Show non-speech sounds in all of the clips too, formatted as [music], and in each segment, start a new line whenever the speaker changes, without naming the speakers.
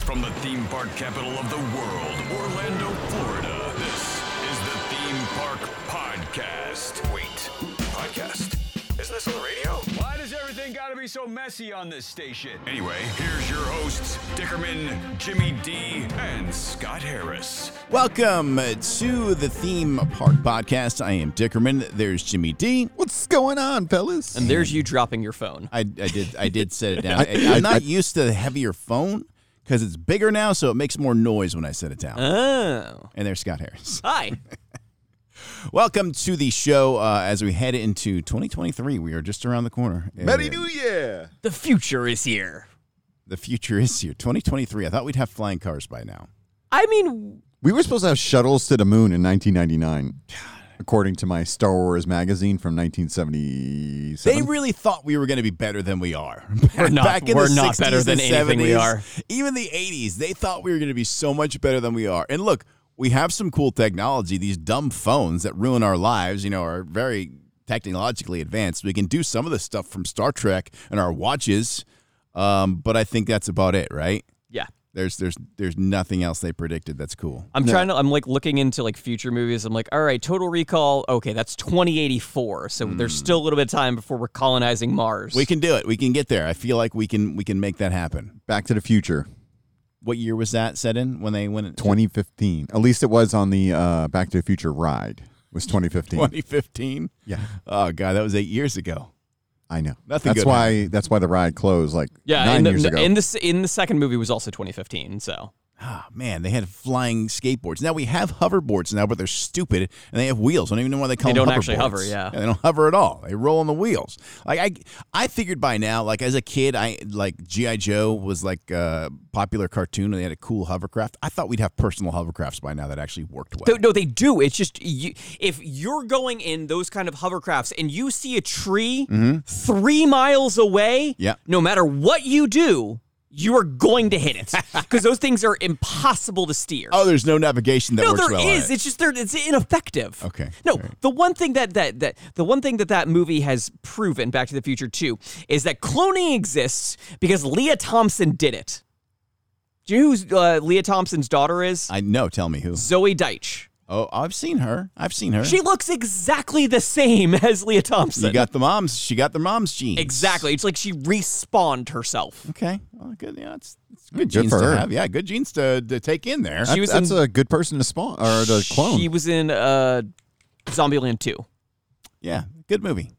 From the theme park capital of the world, Orlando, Florida, this is the Theme Park Podcast. Wait, podcast? Isn't this on the radio?
Why does everything gotta be so messy on this station?
Anyway, here's your hosts, Dickerman, Jimmy D, and Scott Harris.
Welcome to the Theme Park Podcast. I am Dickerman. There's Jimmy D.
What's going on, fellas?
And there's you dropping your phone.
I, I did I did set it down. I, am not used to the heavier phone because it's bigger now, so it makes more noise when I set it down.
Oh.
And there's Scott Harris.
Hi.
Welcome to the show. Uh, as we head into 2023, we are just around the corner.
Merry
And
New Year!
the future is here.
The future is here. 2023. I thought we'd have flying cars by now.
I mean,
We were supposed to have shuttles to the moon in 1999, according to my Star Wars magazine from 1977.
They really thought we were going to be better than we are.
[laughs] We're not-
Back in
we're
the
not
60s
better than
and
anything we
70s,
are.
Even the 80s, they thought we were going to be so much better than we are. And look, we have some cool technology. These dumb phones that ruin our lives, you know, are very technologically advanced. We can do some of the stuff from Star Trek and our watches, um, but I think that's about it, right?
yeah.
There's there's there's nothing else they predicted that's cool.
I'm trying to, I'm like looking into like future movies. I'm like, all right, Total Recall. Okay, that's 2084. So there's still a little bit of time before we're colonizing Mars.
We can do it. We can get there. I feel like we can we can make that happen.
Back to the Future,
What year was that set in when they went
2015. At least it was on the uh, Back to the Future ride. Was 2015.
2015?
Yeah,
Oh god, that was eight years ago.
I know.
Nothing
That's
good
why. That's why the ride closed like
yeah.
nine
and the,
years
the-
ago.
And this, in the second movie was also 2015. So
Ah, man, they had flying skateboards. Now we have hoverboards now, but they're stupid and they have wheels. I don't even know why they call
They
them
don't actually
hoverboards.
hover, yeah.
they don't hover at all. They roll on the wheels. Like I, I figured by now, like as a kid, I like GI Joe was like a popular cartoon and they had a cool hovercraft. I thought we'd have personal hovercrafts by now that actually worked well.
Th- no, they do. It's just you, if you're going in those kind of hovercrafts and you see a tree three miles away,
Yeah.
no matter what you do, you are going to hit it because those things are impossible to steer.
oh, there's no navigation that
no,
works
there is.
well. on it.
It's just they're, it's ineffective.
Okay,
No,
all right.
the one thing that that that the one thing that that movie has proven, Back to the Future Two, is that cloning exists because Leah Thompson did it. Do you know who uh, Leah Thompson's daughter is?
I know. Tell me who.
Zoe Deitch.
Oh, I've seen her. I've seen her.
She looks exactly the same [laughs] as Leah Thompson.
you got the moms. She got the mom's genes.
exactly. It's like she respawned herself.
Okay. Well, good. Yeah, it's, it's good,
good
genes
for
to
her.
have. Yeah, good genes to, to take in there.
that's
She was
that's
in-
a good person to spawn or to clone.
She was in uh, Zombieland 2.
yeah, good movie.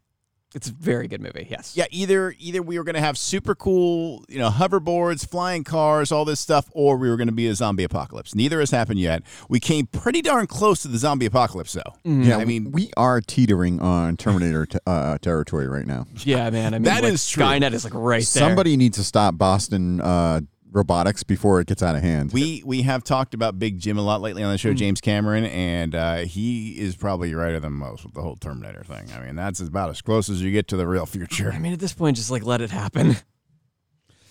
It's a very good movie. Yes.
Yeah, either either we were going to have super cool, you know, hoverboards, flying cars, all this stuff, or we were going to be a zombie apocalypse. Neither has happened yet. We came pretty darn close to the zombie apocalypse, though.
Mm. yeah,
I mean,
we are teetering on Terminator t- uh, territory right now.
Yeah, man. I mean,
That
like,
is true.
Skynet is like right there.
Somebody needs to stop Boston uh, robotics before it gets out of hand.
we we have talked about Big Jim a lot lately on the
Mm.
show, James Cameron, and uh, he is probably righter than most with the whole Terminator thing. I mean, that's about as close as you get to the real future.
I mean, at this point, just like let it happen.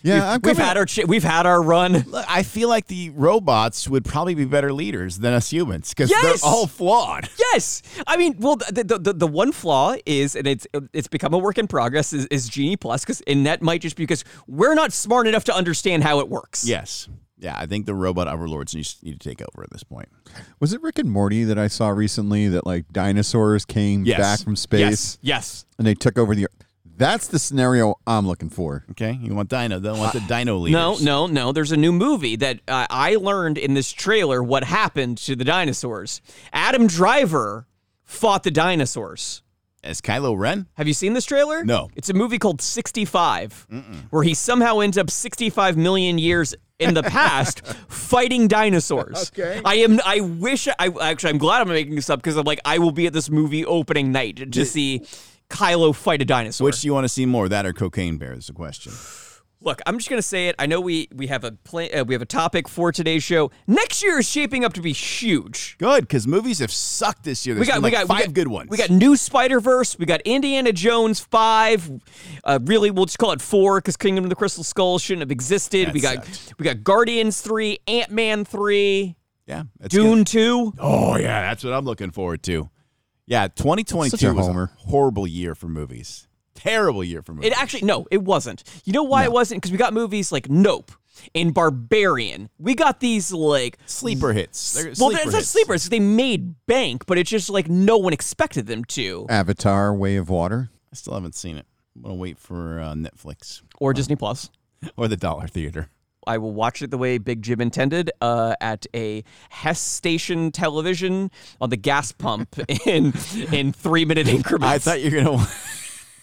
yeah, I'm
We've
coming-
had our ch- we've had our run.
Look, I feel like the robots would probably be better leaders than us humans because
Yes!
they're all flawed.
Yes, I mean, well, the, the the the one flaw is, and it's it's become a work in progress, is, is Genie Plus, because and that might just be because we're not smart enough to understand how it works.
Yes. Yeah, I think the robot overlords need need to take over at this point.
Was it Rick and Morty that I saw recently that like dinosaurs came
Yes.
back from space
Yes. Yes.
and they took over the earth? That's the scenario I'm looking for.
Okay, you want Dino? Don't want the Dino leaders.
Uh, No, no, no. There's a new movie that uh, I learned in this trailer what happened to the dinosaurs. Adam Driver fought the dinosaurs.
As Kylo Ren,
Have you seen this trailer?
No.
It's a movie called 65, where he somehow ends up 65 million years in
[laughs]
the past fighting dinosaurs.
Okay.
I am. I wish. I actually. I'm glad I'm making this up because I'm like I will be at this movie opening night to see Kylo fight a dinosaur.
which do you want to see more, that or Cocaine Bear is the question.
Look, I'm just gonna say it. I know we we have a plan, uh, we have a topic for today's show. Next year is shaping up to be huge.
Good, because movies have sucked this year. There's
We got
been
we
like
got
five
we got,
good ones.
We got new Spider Verse. We got Indiana Jones five. Uh, really, we'll just call it four because Kingdom of the Crystal Skull shouldn't have existed.
That
we got
sucked.
we got Guardians three, Ant Man three,
yeah, that's
Dune
good.
two.
Oh yeah, that's what I'm looking forward to. Yeah, 2022
Such a
was
homer.
a horrible year for movies. Terrible year for movies.
It actually no, it wasn't. You know why it wasn't? Because we got movies like Nope. in Barbarian. We got these like
Sleeper hits. They're
well,
sleeper
it's not
hits.
sleepers. They made bank, but it's just like no one expected them to,
Avatar, Way of Water.
I still haven't seen it. I'm gonna wait for uh, Netflix
or Disney Plus.
or the Dollar Theater.
I will watch it the way Big Jim intended uh, at a Hess station television on the gas pump
[laughs]
in in three minute increments.
I thought you were gonna.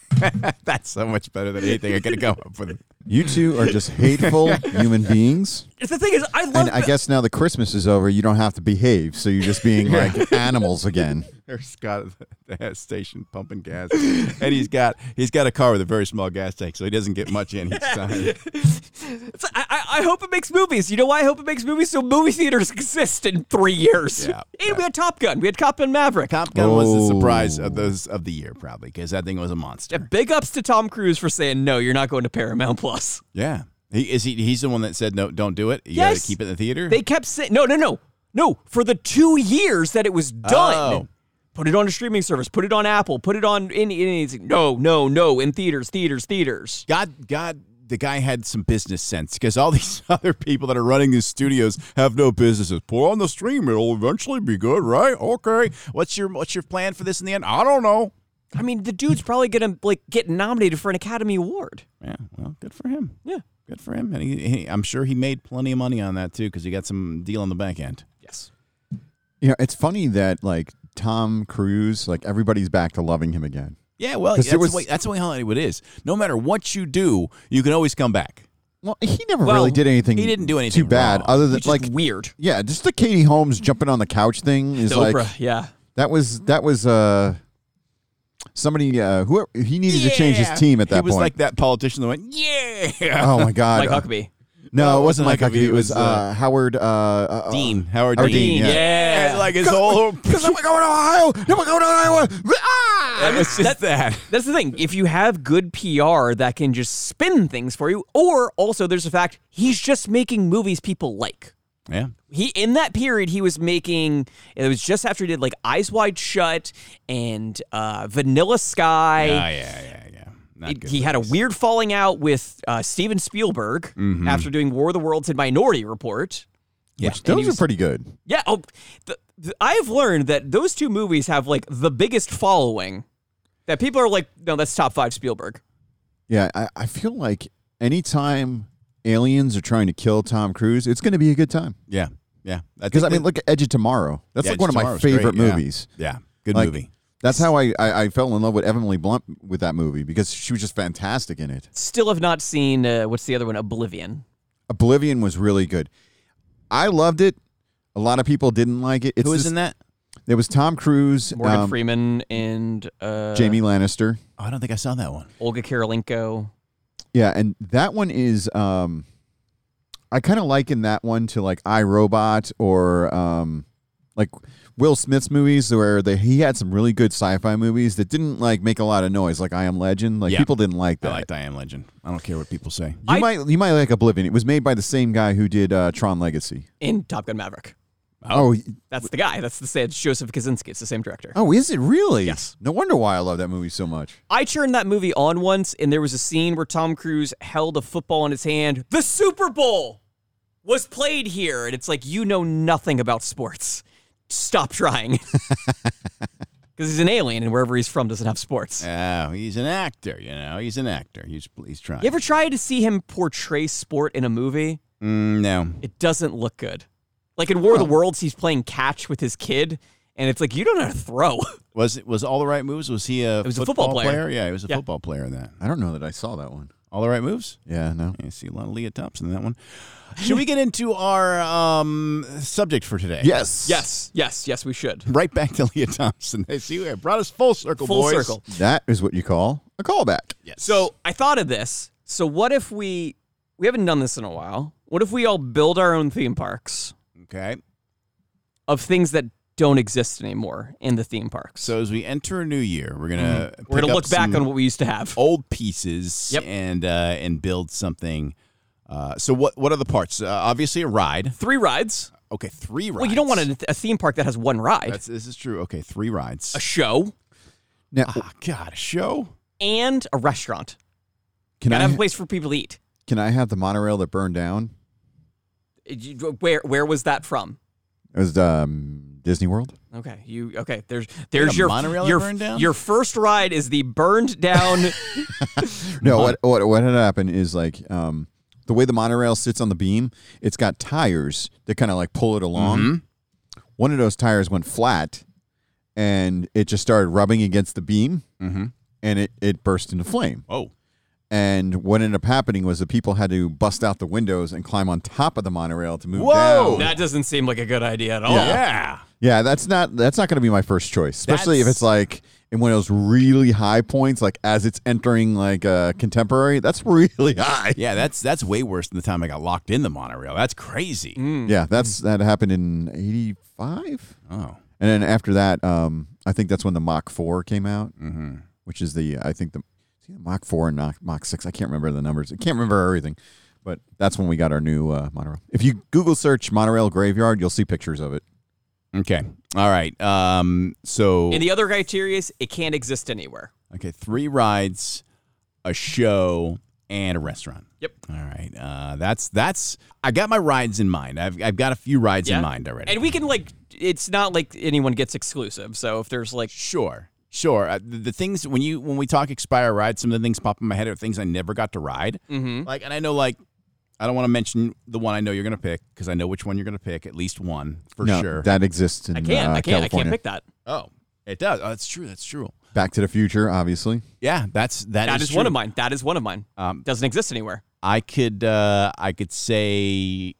[laughs] That's so much better than anything I could have come up with.
You two are just hateful human beings.
[laughs] It's the thing is, I love.
And I guess now the Christmas is over, you don't have to behave, so you're just being like animals again.
There's Scott at the gas station pumping gas, and he's got he's got a car with a very small gas tank, so he doesn't get much in each
[laughs]
time.
it's- I, I, I hope it makes movies. You know why I hope it makes movies? So movie theaters exist in three years.
Yeah.
[laughs] and we had Top Gun. We had Top Gun Maverick.
Top Gun was the surprise
Oh.
of those of the year, probably because that thing was a
Yeah,
monster.
big ups to Tom Cruise for saying no. You're not going to Paramount Plus.
Yeah, he is he he's the one that said no, don't do it. You got
Yes.
to keep it in the theater.
They kept saying no, no, no, no. For the two years that it was done,
Oh.
put it on a streaming service. Put it on Apple. Put it on any anything. No, no, no. In theaters, theaters, theaters.
God, God, the guy had some business sense because all [laughs] these other people that are running these studios have no businesses. Put on the stream; it'll eventually be good, right? Okay. What's your What's your plan for this in the end? I don't know.
I mean, the dude's probably gonna like get nominated for an Academy Award.
Yeah. Well, good for him.
Yeah.
Good for him. And he, he, I'm sure he made plenty of money on that too because he got some deal on the back end.
Yes.
You know, it's funny that like Tom Cruise, like everybody's back to loving him again.
Yeah. Well,
'Cause
that's,
there was-
the way, that's the way Hollywood is. No matter what you do, you can always come back.
Well, he never
Well,
really did anything.
he didn't do anything
too bad,
wrong.
other than
Which
like
is weird.
yeah, just the Katie Holmes jumping on the couch thing is like
Oprah, yeah.
that was that was uh somebody uh whoever he needed to change his
Yeah.
team at that
he was
point.
like that politician that went, yeah.
oh my god, Uh,
Mike Huckabee.
No, it wasn't
Mike
Mike Huckabee. It was
uh,
uh, Howard uh, uh,
Dean Howard
Howard
Dean.
Dean,
yeah.
yeah.
And, like his whole.
Because I'm going to Ohio. No, we're going to Iowa. Ah!
It's just that.
That's the thing. If you have good PR that can just spin things for you, or also there's the fact he's just making movies people like.
Yeah.
He in that period he was making it was just after he did like Eyes Wide Shut and uh, Vanilla Sky.
Ah, yeah, yeah, yeah. Not
It-
good.
he had a weird falling out with uh, Steven Spielberg
Mm-hmm.
after doing War of the Worlds and Minority Report.
yeah.
And he
Those are
was-
pretty good.
Yeah. Oh, the, the, I've learned that those two movies have like the biggest following. That people are like, no, that's top five Spielberg.
Yeah, I, I feel like anytime aliens are trying to kill Tom Cruise, it's going to be a good time.
yeah, yeah.
Because, I mean, look at Edge of Tomorrow. That's like one of my favorite movies.
Yeah, good
Like,
movie.
That's how I, I, I fell in love with Emily Blunt with that movie because she was just fantastic in it.
Still have not seen uh, what's the other one? Oblivion.
Oblivion was really good. I loved it. A lot of people didn't like it. It's
Who was
this-
in that?
It was Tom Cruise,
Morgan
um,
Freeman and uh,
Jamie Lannister.
Oh, I don't think I saw that one.
Olga Karolinko.
Yeah, and that one is um I kind of liken that one to like iRobot or um like Will Smith's movies where they, he had some really good sci-fi movies that didn't like make a lot of noise like I Am Legend like
Yeah.
people didn't like that.
I liked I Am Legend. I don't care what people say.
you
I-
might you might like Oblivion. It was made by the same guy who did uh, Tron Legacy.
in Top Gun Maverick.
Oh. oh,
That's the guy. That's the same. It's Joseph Kaczynski. It's the same director.
is it really?
Yes.
No wonder why I love that movie so much.
I turned that movie on once, and there was a scene where Tom Cruise held a football in his hand. The Super Bowl was played here, and it's like you know nothing about sports. Stop trying, [laughs] because he's an alien, and wherever he's from doesn't have sports.
Oh, he's an actor. You know, he's an actor. He's he's trying.
You ever try to see him portray sport in a movie?
Mm, no.
It doesn't look good. Like in War of the Worlds, he's playing catch with his kid, and it's like you don't know how to throw.
Was it was all the right moves? Was he a? It
was a football player.
Yeah, he was a
Yeah.
football player in that.
I don't know that I saw that one.
All the right moves.
Yeah, no.
I see a lot of Leah Thompson in that one. Should we get into our um, subject for today?
Yes.
yes, [laughs] yes, yes, we should.
Right back to Leah Thompson. [laughs] They see it brought us full circle,
Full
boys.
circle.
That is what you call a callback.
Yes.
So I thought of this. So what if we we haven't done this in a while? What if we all build our own theme parks
okay.
of things that don't exist anymore in the theme parks?
So as we enter a new year, we're gonna
Mm-hmm. We're
pick
gonna
up
look back
some Oh.
on what we used to have.
old pieces
Yep.
and uh, and build something. Uh, so what what are the parts? Uh, obviously a ride.
Three rides.
Okay, three rides.
Well, you don't want a, a theme park that has one ride,
That's, this is true. Okay, three rides.
a show,
Now,
Ah, God, a show.
and a restaurant.
can
Gotta
I
have a place for people to eat.
Can I have the monorail that burned down?
You- Where where was that from?
It was um, Disney World.
Okay, you okay? There's there's your
monorail that
your
burned down?
your first ride is the
[laughs]
burned down.
No, what, what what had happened is like um, the way the monorail sits on the beam, it's got tires that kind of like pull it along. One of those tires went flat, and it just started rubbing against the beam, and it it burst into flame.
Oh,
And what ended up happening was the people had to bust out the windows and climb on top of the monorail to move
Whoa!
down.
that doesn't seem like a good idea at all.
yeah.
Yeah, that's not that's not going to be my first choice, especially if
That's-
it's like in one of those really high points, like as it's entering like uh, contemporary. That's [laughs] really high.
Yeah, that's that's way worse than the time I got locked in the monorail. That's crazy.
Mm-hmm. Hmm.
Yeah, that's that happened in '85,
Oh,
and then after that, um, I think that's when the Mach Four came out, mm-hmm. which is the I think the, see the Mach Four and Mach, Mach Six. I can't remember the numbers. I can't remember everything, but that's when we got our new uh, monorail. If you Google search monorail graveyard, you'll see pictures of it.
okay, all right. Um, so
And the other criteria is it can't exist anywhere.
okay, three rides, a show, and a restaurant.
Yep.
All right. Uh, that's that's. I got my rides in mind. I've I've got a few rides
Yeah.
in mind already.
And we can like it's not like anyone gets exclusive. So if there's like
Sure, sure. Uh, the, the things when you when we talk expire ride, some of the things pop in my head are things I never got to ride. Mm-hmm. Like, and I know like I don't want to mention the one I know you're gonna pick because I know which one you're gonna pick. At least one for
no,
sure.
that exists in
I can't
uh,
I can't I
California.
can't pick that.
oh, it does. Oh, that's true. That's true.
Back to the Future, obviously.
Yeah, that's
That is,
true.
one of mine. That is one of mine.
Um,
Doesn't exist anywhere.
I could uh I could say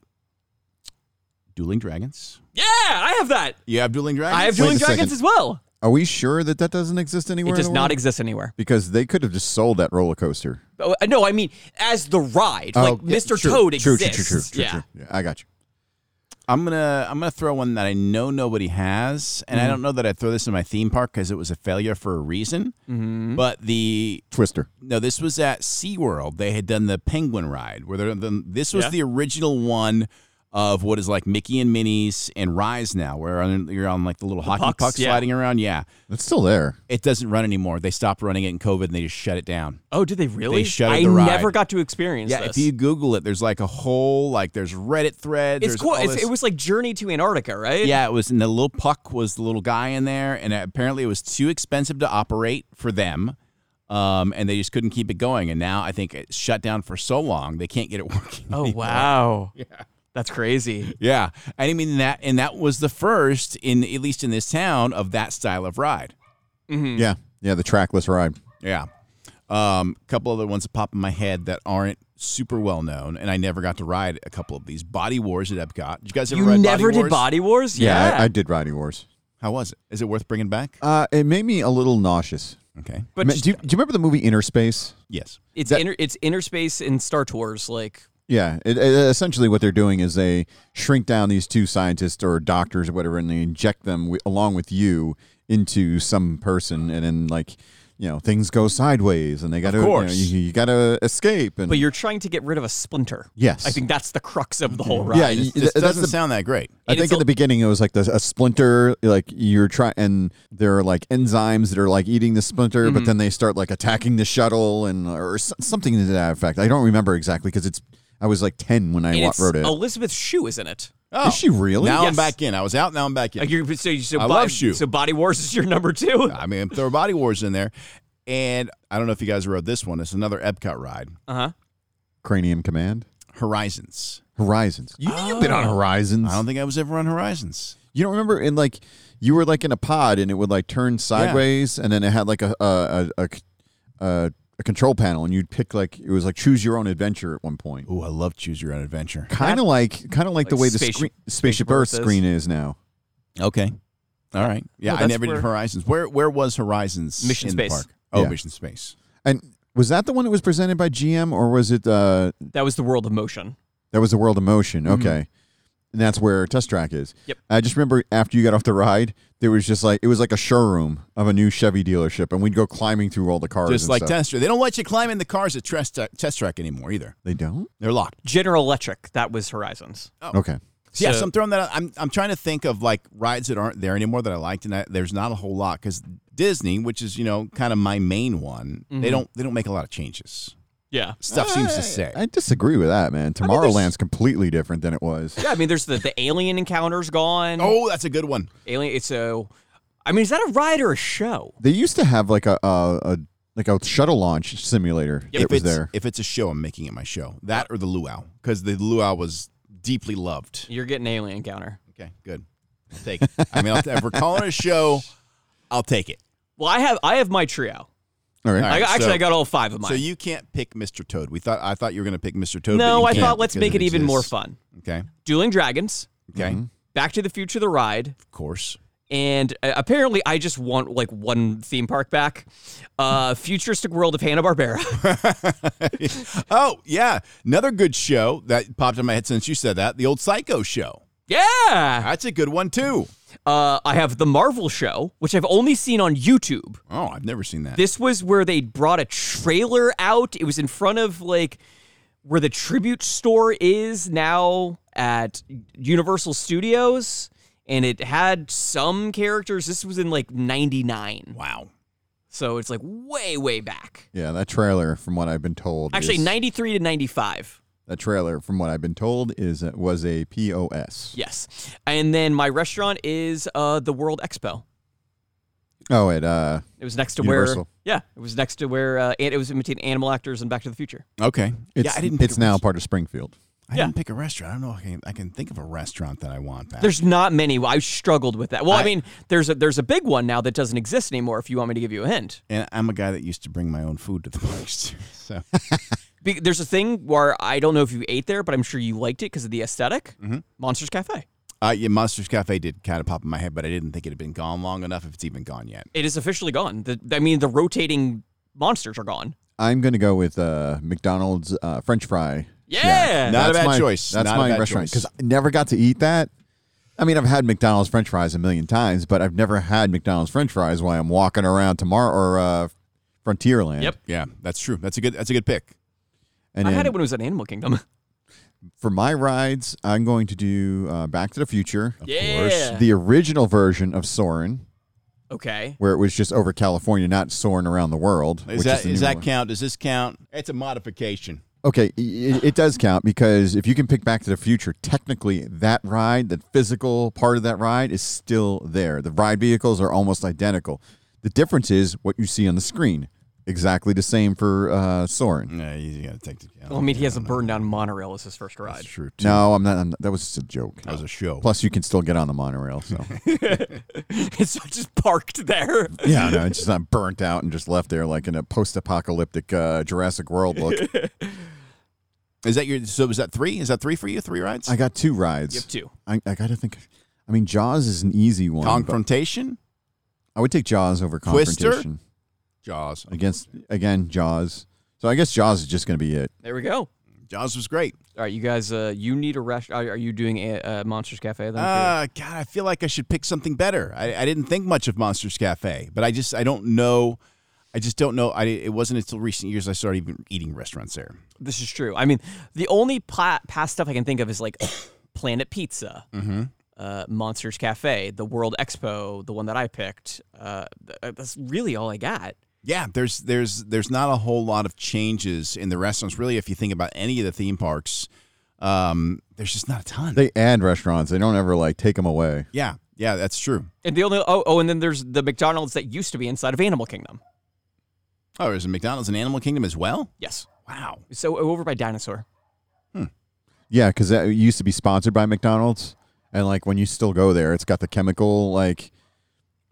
Dueling Dragons.
Yeah, I have that.
You have Dueling Dragons.
I have
Wait
Dueling
a second.
Dragons as well.
Are we sure that that doesn't exist anywhere?
It
in
does
the
not
world?
exist anywhere.
because they could have just sold that roller coaster.
Oh, No, I mean as the ride, like
Oh, yeah,
Mr.
true,
Toad
true,
exists.
True, true, true, true,
yeah.
true. Yeah, I got you.
I'm gonna I'm gonna throw one that I know nobody has, and I don't know that I'd throw this in my theme park because it was a failure for a reason. But the
Twister.
no, this was at SeaWorld. They had done the penguin ride where they're the, this was
Yeah.
the original one of what is like Mickey and Minnie's and Rise now, where on, you're on like the little hockey
pucks,
puck
yeah.
sliding around. Yeah,
It's still there.
it doesn't run anymore. They stopped running it in COVID and they just shut it down.
Oh, did they really?
shuttered
I
the ride.
never got to experience
Yeah,
this.
if you Google it, there's like a whole like there's Reddit thread.
it's
there's
cool.
all
It's,
this-
it was like Journey to Antarctica, right?
Yeah, it was, and the little puck was the little guy in there, and apparently it was too expensive to operate for them, um, and they just couldn't keep it going. And now I think it's shut down for so long they can't get it [laughs] working.
Oh wow. Yeah. That's crazy.
Yeah, and I mean that, and that was the first in at least in this town of that style of ride.
Hmm.
Yeah, yeah. The trackless ride.
Yeah, a um, couple other ones that pop in my head that aren't super well known, and I never got to ride a couple of these. Body Wars at Epcot. Did you guys ever
You
ride
never
Body
did
Wars?
Body Wars?
I, I did Riding Wars.
How was it? Is it worth bringing back?
Uh, it made me a little nauseous.
Okay.
but
Ma-
just-
do, you, do you remember the movie Inner Space?
Yes.
it's inter, it's interspace in Star Tours. Like
Yeah. It, it- essentially, what they're doing is they shrink down these two scientists or doctors or whatever, and they inject them wi- along with you into some person, and then like you know things go sideways, and they got to you, know,
course.
you, you got to escape. And
but you're trying to get rid of a splinter.
Yes.
I think that's the crux of the whole ride.
yeah,
This,
you-
this
that's
doesn't
the-
sound that Uh, great.
I
And
think
it's
in
a-
the beginning it was like the, a splinter, like you're trying, and there are like enzymes that are like eating the splinter,
Mm-hmm.
but then they start like attacking the shuttle and or s- something to that effect. I don't remember exactly because it's I was like ten when I
And
wa-
it's-
wrote it. Is
Elizabeth Shue is in it.
Oh.
she really?
Now I'm
Yes.
back in. I was out. Now I'm back in.
Like you, so, so
I
bo-
love Shue.
So Body Wars is your number two.
I mean, there were body wars in there, and I don't know if you guys rode this one. It's another Epcot ride,
Uh huh.
Cranium Command,
Horizons.
Horizons. You, You've been on
Oh.
Horizons.
I don't think I was ever on Horizons.
you don't remember? And like you were like in a pod, and it would like turn sideways, and then it had like a a a. a, a a control panel, and you'd pick like it was like choose your own adventure at one point.
Ooh, I love Choose Your Own Adventure.
kind of like kind of like, the
like
way the
Spaceship-
screen, spaceship
Spaceship Earth
Earth
is.
screen is now.
Okay, all right. Yeah,
No,
I
that's
never did
where-
Horizons. Where where was Horizons?
Mission
in the
Space.
park? Oh,
Yeah.
Mission Space.
And was that the one that was presented by GM or was it uh,
That was the World of Motion.
that was the World of Motion?
Mm-hmm.
Okay, and that's where Test Track is.
Yep.
I just remember after you got off the ride, there was just like it was like a showroom of a new Chevy dealership, and we'd go climbing through all the cars.
Just
and
like
stuff.
Test Track, they don't let you climb in the cars at Test Test Track anymore either.
they don't.
They're locked.
General Electric. That was Horizons.
Okay,
So, yeah,
So-
so I'm throwing that. Out. I'm I'm trying to think of like rides that aren't there anymore that I liked, and I, there's not a whole
Mm-hmm.
lot because Disney, which is you know kind of my main one, they don't they don't make a lot of changes.
Yeah.
Stuff seems to say.
I disagree with that, man. Tomorrowland's completely different than it was.
Yeah, I mean, there's the, the alien encounters gone.
oh, that's a good one.
Alien. It's a. I mean, is that a ride or a show?
They used to have like a, a, a like a shuttle launch simulator
if
that was
it's,
there.
If it's a show, I'm making it my show. That or the luau, because the luau was deeply loved.
You're getting alien encounter.
Okay, good. I'll take it. I mean, I'll, if we're calling it a show, I'll take it.
Well, I have I have my trio.
All right.
All right,
I, actually,
so-
I got all five of mine.
So you can't pick Mr. Toad. We thought I thought you were going to pick Mr. Toad. but
no,
you
I
can't
thought let's
because
make it even more
exists.
fun. Mm-hmm.
Okay.
Dueling Dragons,
Okay.
Back to the Future, the ride,
Of course.
and uh, apparently I just want like one theme park back. Uh, Futuristic World of Hanna Barbera.
oh yeah, another good show that popped in my head since you said that. The old Psycho show.
[laughs] yeah.
That's a good one too.
Uh, I have the Marvel Show, which I've only seen on YouTube.
Oh, I've never seen that.
This was where they brought a trailer out. It was in front of like where the tribute store is now at Universal Studios. And it had some characters. This was in like 99.
wow.
So it's like way, way back.
Yeah, that trailer, from what I've been told,
Actually,
is,
93 to 95.
that trailer, from what I've been told, is uh, was a POS.
Yes. And then my restaurant is uh, the World Expo.
Oh, it uh,
It was next to
Universal.
where. Yeah. It was next to where uh, it it was in between Animal Actors and Back to the Future.
Okay.
it's
yeah, I didn't. Pick
it's
a
now
rest-
part of Springfield.
I
Yeah.
didn't pick a restaurant. I don't know. If I can, I can think of a restaurant that I want back.
There's not many. I struggled with that. Well, I,
I-
mean, there's a there's a big one now that doesn't exist anymore. If you want me to give you a hint,
and I'm a guy that used to bring my own food to the [laughs] parks. too,
[laughs]
So
Be- there's a thing where I don't know if you ate there, but I'm sure you liked it because of the esthetic Monsters Cafe.
uh, yeah, Monsters Cafe did kind of pop in my head, but I didn't think it had been gone long enough. If it's even gone yet.
It is officially gone. The, I mean, the rotating monsters are gone.
I'm gonna go with uh, McDonald's uh, French fry.
Yeah.
Not a
That's
bad
my-
choice.
That's
Not a
my
bad
restaurant
choice.
because I never got to eat that. I mean, I've had McDonald's French fries a million times, but I've never had McDonald's French fries while I'm walking around tomorrow or uh, Frontierland.
Yep.
Yeah, that's true. That's a good. That's a good pick.
And
I
then
had it when it was at Animal Kingdom.
for my rides, I'm going to do uh, Back to the Future,
yeah.
the original version of Soren,
okay.
where it was just over California, not Soren around the world.
Is
which
that
is the
is
new
that
one.
count? Does this count? It's a modification.
Okay, it, it does count because if you can pick Back to the Future, technically that ride, the physical part of that ride, is still there. The ride vehicles are almost identical. The difference is what you see on the screen. Exactly the same for uh, Soren.
Yeah, you got to take the count.
Well, I mean, he has a burned down monorail as his first ride.
true. Too.
No, I'm not. I'm not- that was just a joke.
That was a show.
Plus, you can still get on the
[laughs]
monorail. So
[laughs] it's just parked there.
yeah, no, it's just not burnt out and just left there like in a post-apocalyptic uh, Jurassic World
[laughs]
look.
Is that your? So is that three? Is that three for you? Three rides?
Oh. I got two rides.
You have two.
I, I got to think. I mean, Jaws is an easy one. but
Confrontation.
I would take Jaws over
Twister?
confrontation.
Jaws.
against again Jaws. So I guess Jaws is just going to be it.
There we go.
Jaws was great.
All right, you guys. Uh, you need a rest. Are, are you doing a, uh, Monsters Cafe then?
Uh, God, I feel like I should pick something better. I, I didn't think much of Monsters Cafe, but I just I don't know. I just don't know. I it wasn't until recent years I started even eating restaurants there.
This is true. I mean, the only pla- past stuff I can think of is like [coughs] Planet Pizza, uh, Monsters Cafe, the World Expo, the one that I picked. Uh, th- uh, that's really all I got.
Yeah, there's there's there's not a whole lot of changes in the restaurants. Really, if you think about any of the theme parks, um, there's just not a ton.
They add restaurants. They don't ever like take them away.
yeah, yeah, that's true.
And the only oh oh, and then there's the McDonald's that used to be inside of Animal Kingdom.
Oh, there's a McDonald's in Animal Kingdom as well.
Yes.
Wow.
So uh, over by Dinosaur.
Yeah, because that used to be sponsored by McDonald's, and like when you still go there, it's got the chemical like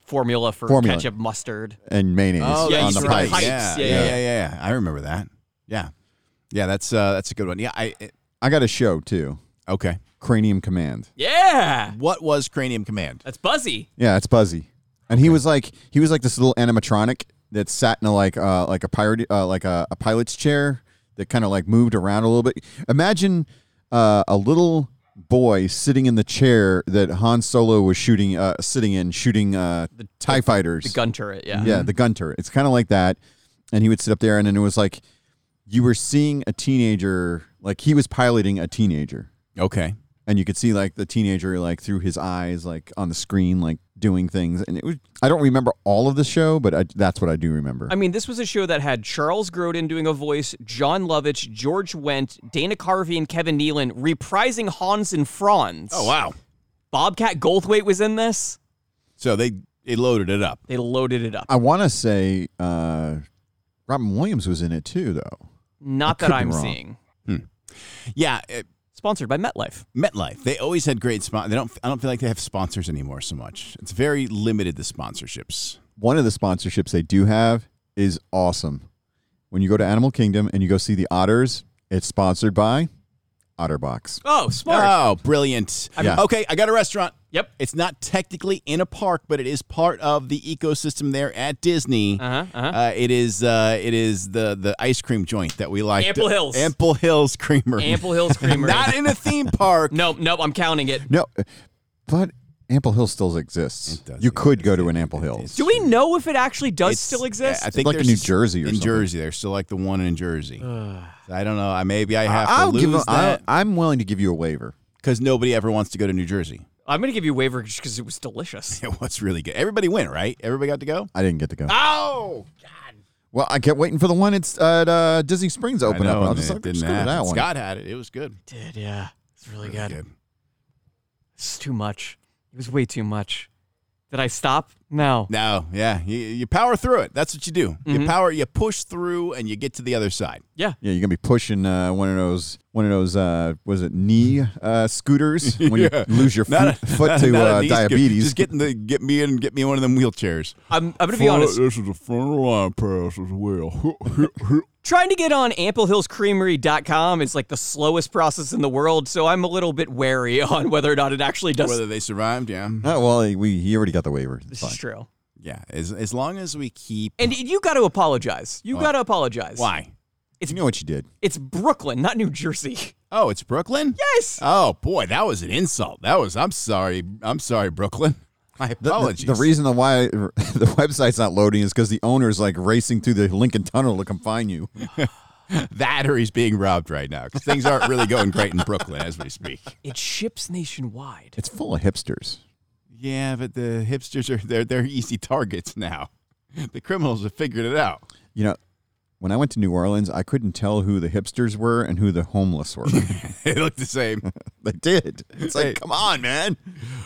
Formula for
Formula.
ketchup mustard.
and mayonnaise
Oh,
yeah,
on
used
the
to be
pipe.
pipes.
Yeah, yeah,
Yeah,
yeah,
yeah.
yeah, yeah. I remember that. Yeah, yeah. That's uh, that's a good one. Yeah. I it-
I got a show too.
okay.
Cranium Command.
Yeah,
What was Cranium Command?
that's Buzzy.
Yeah, it's Buzzy, and he was like he was like this little animatronic that sat in a, like uh like a pirate uh, like a, a pilot's chair that kind of like moved around a little bit. Imagine uh, a little boy sitting in the chair that Han Solo was shooting uh, sitting in shooting uh, the Tie Fighters.
The gun turret. Yeah.
Yeah, the gunter. It's kind of like that. And he would sit up there, and then it was like you were seeing a teenager, like he was piloting a teenager.
Okay.
and you could see like the teenager like through his eyes like on the screen like doing things and it was i don't remember all of the show but I, that's what i do remember
I mean, this was a show that had Charles Grodin doing a voice, John Lovitch, George Wendt, Dana Carvey, and Kevin Nealon reprising Hans and Franz.
Oh wow!
Bobcat Goldthwait was in this.
So they they loaded it up.
They loaded it up.
i want to say uh robin williams was in it too though
Not
I
that
could be
I'm
wrong.
seeing.
Yeah, it,
Sponsored by MetLife.
MetLife. They always had great sponsors. They don't. I don't feel like they have sponsors anymore so much. It's very limited the sponsorships.
one of the sponsorships they do have is awesome when you go to animal kingdom and you go see the otters it's sponsored by otterbox
Oh, smart.
Oh, brilliant!
Yeah.
Okay, I got a restaurant.
yep.
It's not technically in a park, but it is part of the ecosystem there at Disney.
Uh-huh, uh-huh.
Uh, it is uh, it is the the ice cream joint that we like.
Ample Hills.
Ample Hills Creamery.
Ample Hills Creamery.
[laughs] Not in a theme
[laughs]
park.
nope, nope. I'm counting it.
no but ample hill still exists
It does,
you
it
could
does,
go to
it-
an ample
it
hill
is.
Do we know if it actually does
It's-
still exist?
I think
Like in
there's
New
s-
Jersey or
in
something.
Jersey, there's still like the one in Jersey. I don't know. I maybe I have
I'll
to
give
lose
them, I,
that
i'm willing to give you a waiver
because nobody ever wants to go to New Jersey. [laughs]
I'm going to give you a waiver just because it was delicious.
It was really good. Everybody went, right? Everybody got to go.
i didn't get to go
Oh,
Well, I kept waiting for the one it's at uh, Disney Springs
I
open
know.
up. I
and
was just
it
like,
didn't
screw
happen.
that one.
Scott had it. It was good.
Did, yeah. It's really good.
Good.
It's too much. It was way too much. Did I stop? No.
No, yeah, you, you power through it. That's what you do.
Mm-hmm.
You power, you push through, and you get to the other side.
Yeah.
yeah, you're gonna be pushing uh, one of those one of those uh, was it knee
[laughs]
uh, scooters when
Yeah.
you lose your foot,
Not a- [laughs]
foot
not-
to
not a
uh,
knee scoot.
diabetes.
Just get in the, get me in, get me in one of them wheelchairs.
I'm, I'm going to be honest.
This is a front line pass as
[laughs]
well.
Trying to get on amplehillscreamery.com is like the slowest process in the world, so I'm a little bit wary [laughs] on whether or not it actually does.
Whether they survived, yeah,
oh, well, we he already got the waiver. It's
this
fine.
is true.
yeah. As as long as we keep
And you got to apologize. You got to apologize.
why?
You know what you did?
It's Brooklyn, not New Jersey. [laughs]
Oh, it's Brooklyn.
Yes.
Oh boy, that was an insult. That was. I'm sorry. I'm sorry, Brooklyn. My
The, the-
apologies.
the reason the why [laughs] the website's not loading is because the owner's like racing through the Lincoln Tunnel to come
[laughs]
find you.
that or he's being robbed right now because things aren't really going great in Brooklyn as we speak.
It ships nationwide.
It's full of hipsters.
Yeah, but the hipsters are they're they're easy targets now. [laughs] The criminals have figured it out. [laughs]
You know, when I went to New Orleans, I couldn't tell who the hipsters were and who the homeless were. [laughs]
They look the same.
they did. It's
Hey.
like, come on, man.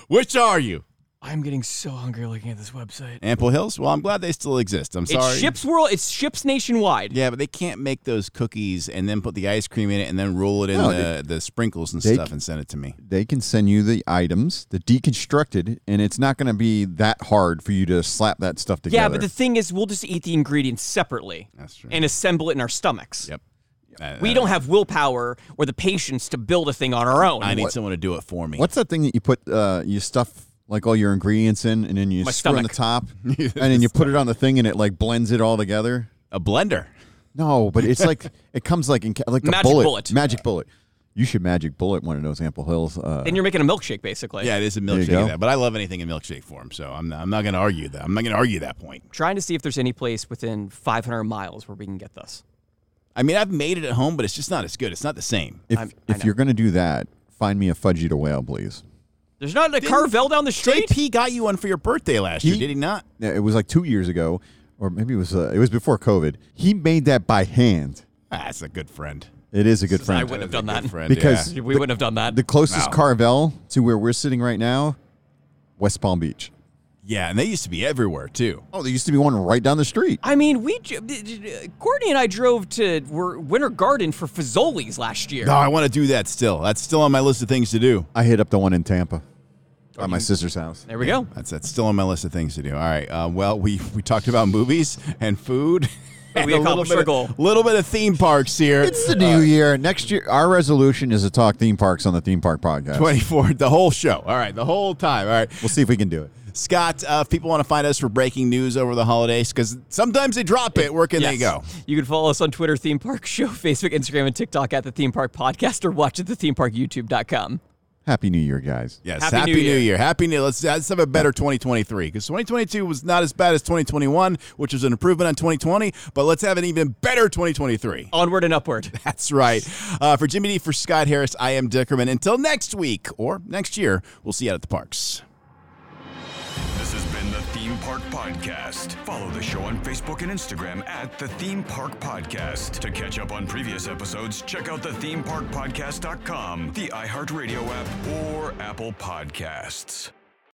Which are you?
I'm getting so hungry looking at this website.
Ample Hills? Well, I'm glad they still exist. I'm sorry.
It ships world. It ships nationwide.
Yeah, but they can't make those cookies and then put the ice cream in it and then roll it in
No,
the, the sprinkles and
they
stuff
c-
and send it to me.
they can send you the items, the deconstructed, and it's not going to be that hard for you to slap that stuff together.
Yeah, but the thing is, we'll just eat the ingredients separately
That's true.
and assemble it in our stomachs.
Yep. Uh,
We
uh,
don't have willpower or the patience to build a thing on our own.
I need someone to do it for me.
what's that thing that you put uh, you stuff like all your ingredients in, and then you
My
screw on the
stomach.
top,
[laughs]
and then you put it on the thing, and it like blends it all together.
A blender.
No, but it's
[laughs]
like it comes like in ca- like the
Magic
bullet,
bullet.
magic bullet. You should magic bullet one of those Ample Hills. Uh,
Then you're making a milkshake, basically.
Yeah, it is a
you
milkshake.
go.
of That, but I love anything in milkshake form, so I'm not, I'm not going to argue that. I'm not going to argue that point.
Trying to see if there's any place within 500 miles where we can get this.
I mean, I've made it at home, but it's just not as good. It's not the same.
if
I'm- I
if
know.
you're gonna do that, find me a fudgy to whale, please.
There's not a Carvel down the street.
JP got you one for your birthday last year,
He-
did he not?
Yeah, It was like two years ago, or maybe it was uh, it was before COVID. He made that by hand.
Ah, that's a good friend.
It is a good friend.
I wouldn't have done
Good
that
friend,
Because-
We wouldn't have done that.
The closest
Wow.
Carvel to where we're sitting right now, West Palm Beach.
yeah. yeah, and they used to be everywhere too.
Oh, there used to be one right down the street.
I mean, we j- d- d- d- Courtney and I drove to Wer- Winter Garden for Fazoli's last year.
No, Oh, I want to do that still. That's still on my list of things to do.
I hit up the one in Tampa by my sister's house.
There we go.
That's that's still on my list of things to do. All right. Uh, well, we we talked about movies and food.
But [laughs] we
and [laughs] a little
accomplished
bit
our
of-
goal.
little bit of theme parks here. [laughs]
It's the new year. Next year, our resolution is to talk theme parks on the Theme Park Podcast.
24, the whole show. All right, the whole time. All right.
We'll see if we can do it.
Scott, uh, if people want to find us for breaking news over the holidays, because sometimes they drop it, where can they
Yes.
go?
You can follow us on Twitter, [laughs] Theme Park Show, Facebook, Instagram, and TikTok at The Theme Park Podcast, or watch at TheThemeParkYouTube.com.
Happy New Year, guys.
Yes,
Happy
Happy,
New
New,
Year.
Year. Happy New Let's, let's have a better 2023 because 2022 was not as bad as 2021, which was an improvement on 2020, but let's have an even better 2023.
Onward and upward.
[laughs] That's right. Uh, for Jimmy D, for Scott Harris, I am Dickerman. Until next week or next year, we'll see you out at the parks.
This has been the Theme Park Podcast. Follow the show on Facebook and Instagram at the Theme Park Podcast. To catch up on previous episodes, check out the themeparkpodcast.com, the iHeartRadio app, or Apple Podcasts.